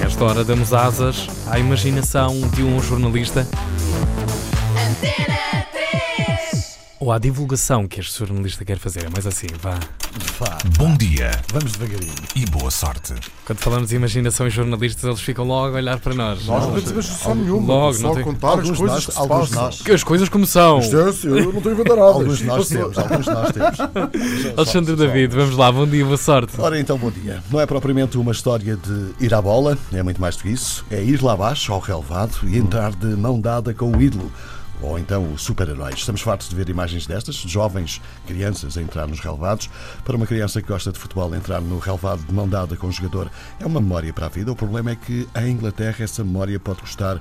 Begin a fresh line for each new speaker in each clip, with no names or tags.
Nesta hora damos asas à imaginação de um jornalista
Antena 3.
ou à divulgação que este jornalista quer fazer. É mais assim, vá.
Vá,
Bom dia
vamos devagarinho.
e boa sorte.
Quando falamos de imaginação e jornalistas, eles ficam logo a olhar para nós.
Nós não temos solução nenhuma,
logo,
só
não tem-
contar as
Alguns de
coisas
nós,
que se
alguns de
passam.
nós,
Que as coisas como são.
Isto é assim, eu não estou a inventar nada.
alguns de nós
Isto é
temos, alguns de nós temos. é-
Alexandre David, vamos lá, bom dia, boa sorte.
Ora então, bom dia. Não é propriamente uma história de ir à bola, é muito mais do que isso. É ir lá abaixo, ao relevado, e entrar de mão dada com o ídolo. Ou então os super-heróis. Estamos fartos de ver imagens destas, de jovens, crianças a entrar nos relevados. Para uma criança que gosta de futebol, entrar no relevado de mão dada com o jogador é uma memória para a vida. O problema é que em Inglaterra essa memória pode custar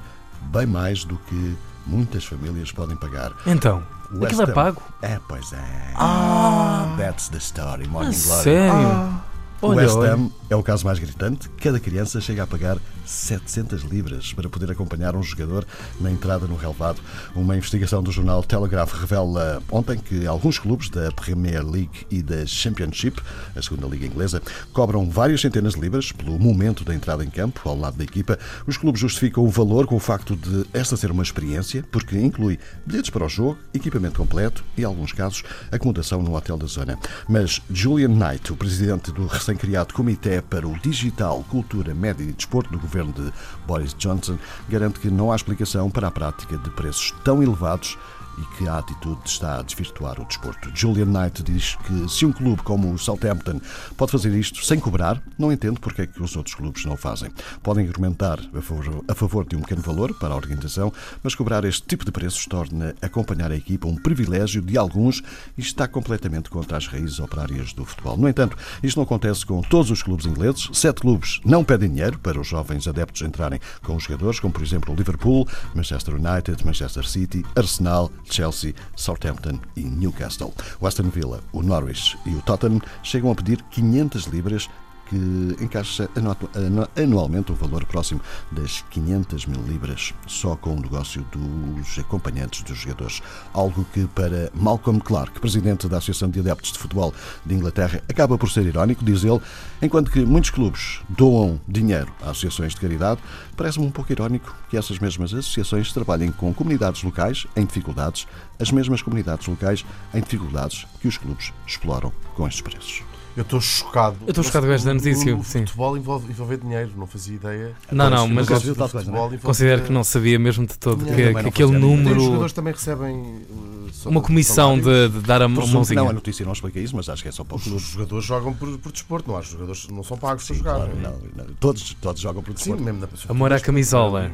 bem mais do que muitas famílias podem pagar.
Então,
West
aquilo é
Ham.
pago? Ah.
É, pois é. That's the story, Morning Glory.
Sério?
O
Ah, Olha,
West
olha.
Ham é o caso mais gritante. Cada criança chega a pagar 700 libras para poder acompanhar um jogador na entrada no relevado. Uma investigação do jornal Telegraph revela ontem que alguns clubes da Premier League e da Championship, a segunda liga inglesa, cobram várias centenas de libras pelo momento da entrada em campo ao lado da equipa. Os clubes justificam o valor com o facto de esta ser uma experiência, porque inclui bilhetes para o jogo, equipamento completo e, em alguns casos, acomodação no hotel da zona. Mas Julian Knight, o presidente do recém-criado Comitê para o Digital, Cultura, Média e Desporto do governo de Boris Johnson, garante que não há explicação para a prática de preços tão elevados e que a atitude está a desvirtuar o desporto. Julian Knight diz que se um clube como o Southampton pode fazer isto sem cobrar, não entendo porque é que os outros clubes não o fazem. Podem argumentar a favor, a favor de um pequeno valor para a organização, mas cobrar este tipo de preços torna acompanhar a equipa um privilégio de alguns e está completamente contra as raízes operárias do futebol. No entanto, isto não acontece com todos os clubes ingleses. Sete clubes não pedem dinheiro para os jovens adeptos entrarem com os jogadores, como por exemplo o Liverpool, Manchester United, Manchester City, Arsenal, Chelsea, Southampton e Newcastle. O Aston Villa, o Norwich e o Tottenham chegam a pedir 500 libras que encaixa anu- anu- anualmente um valor próximo das 500 mil libras, só com o negócio dos acompanhantes dos jogadores. Algo que, para Malcolm Clark, presidente da Associação de Adeptos de Futebol de Inglaterra, acaba por ser irónico, diz ele, enquanto que muitos clubes doam dinheiro a associações de caridade, parece-me um pouco irónico que essas mesmas associações trabalhem com comunidades locais em dificuldades, as mesmas comunidades locais em dificuldades que os clubes exploram com estes preços.
Eu estou chocado.
Eu estou chocado com esta notícia,
O, o
sim.
futebol envolve, envolve dinheiro, não fazia ideia.
Não, não, mas
Nunca se
eu
viu tal coisa, não é?
envolve-
considero que não sabia mesmo de todo
Não,
que,
também
que
não
aquele
fazia ideia.
Tem Os
número,
jogadores também recebem. uh, sal-
uma comissão
salários.
de, de dar a
Presumo que Não, a
mãozinha.
notícia não explica isso, mas acho que é só para o
Os,
clube.
os jogadores jogam por, por desporto, não há os jogadores não são pagos para jogar.
Claro,
não é?
não, não. Todos, todos jogam por
Sim,
desporto.
mesmo na
Amor à camisola.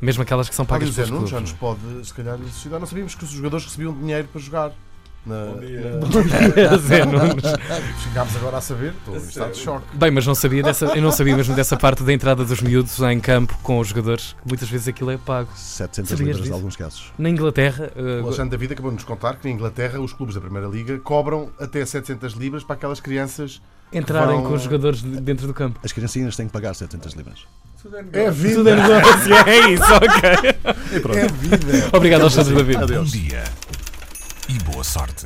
Mesmo aquelas que são
Paga
pagas
José
pelos
Nunes já
clubes.
nos pode, se calhar, elucidar. Não sabíamos que os jogadores recebiam dinheiro para jogar. Na,
é Zé Nunes.
na- Chegámos agora a saber, estou em estado de choque.
Bem, mas não sabia dessa, eu não sabia mesmo dessa parte da entrada dos miúdos em campo com os jogadores. Muitas vezes aquilo é pago.
700
Sabias
libras em
disso?
alguns casos.
Na Inglaterra,
O
eh,
Alexandre David acabou de nos contar que na Inglaterra os clubes da Primeira Liga cobram até 700 libras para aquelas crianças.
entrarem
vão-
com os jogadores de- dentro do campo.
As criancinhas têm que pagar 700 libras.
É
Tudo é
vida!
negócio, é isso, ok.
É vida! Tá
Obrigado, Alexandre David.
Adeus.
Bom dia e boa sorte.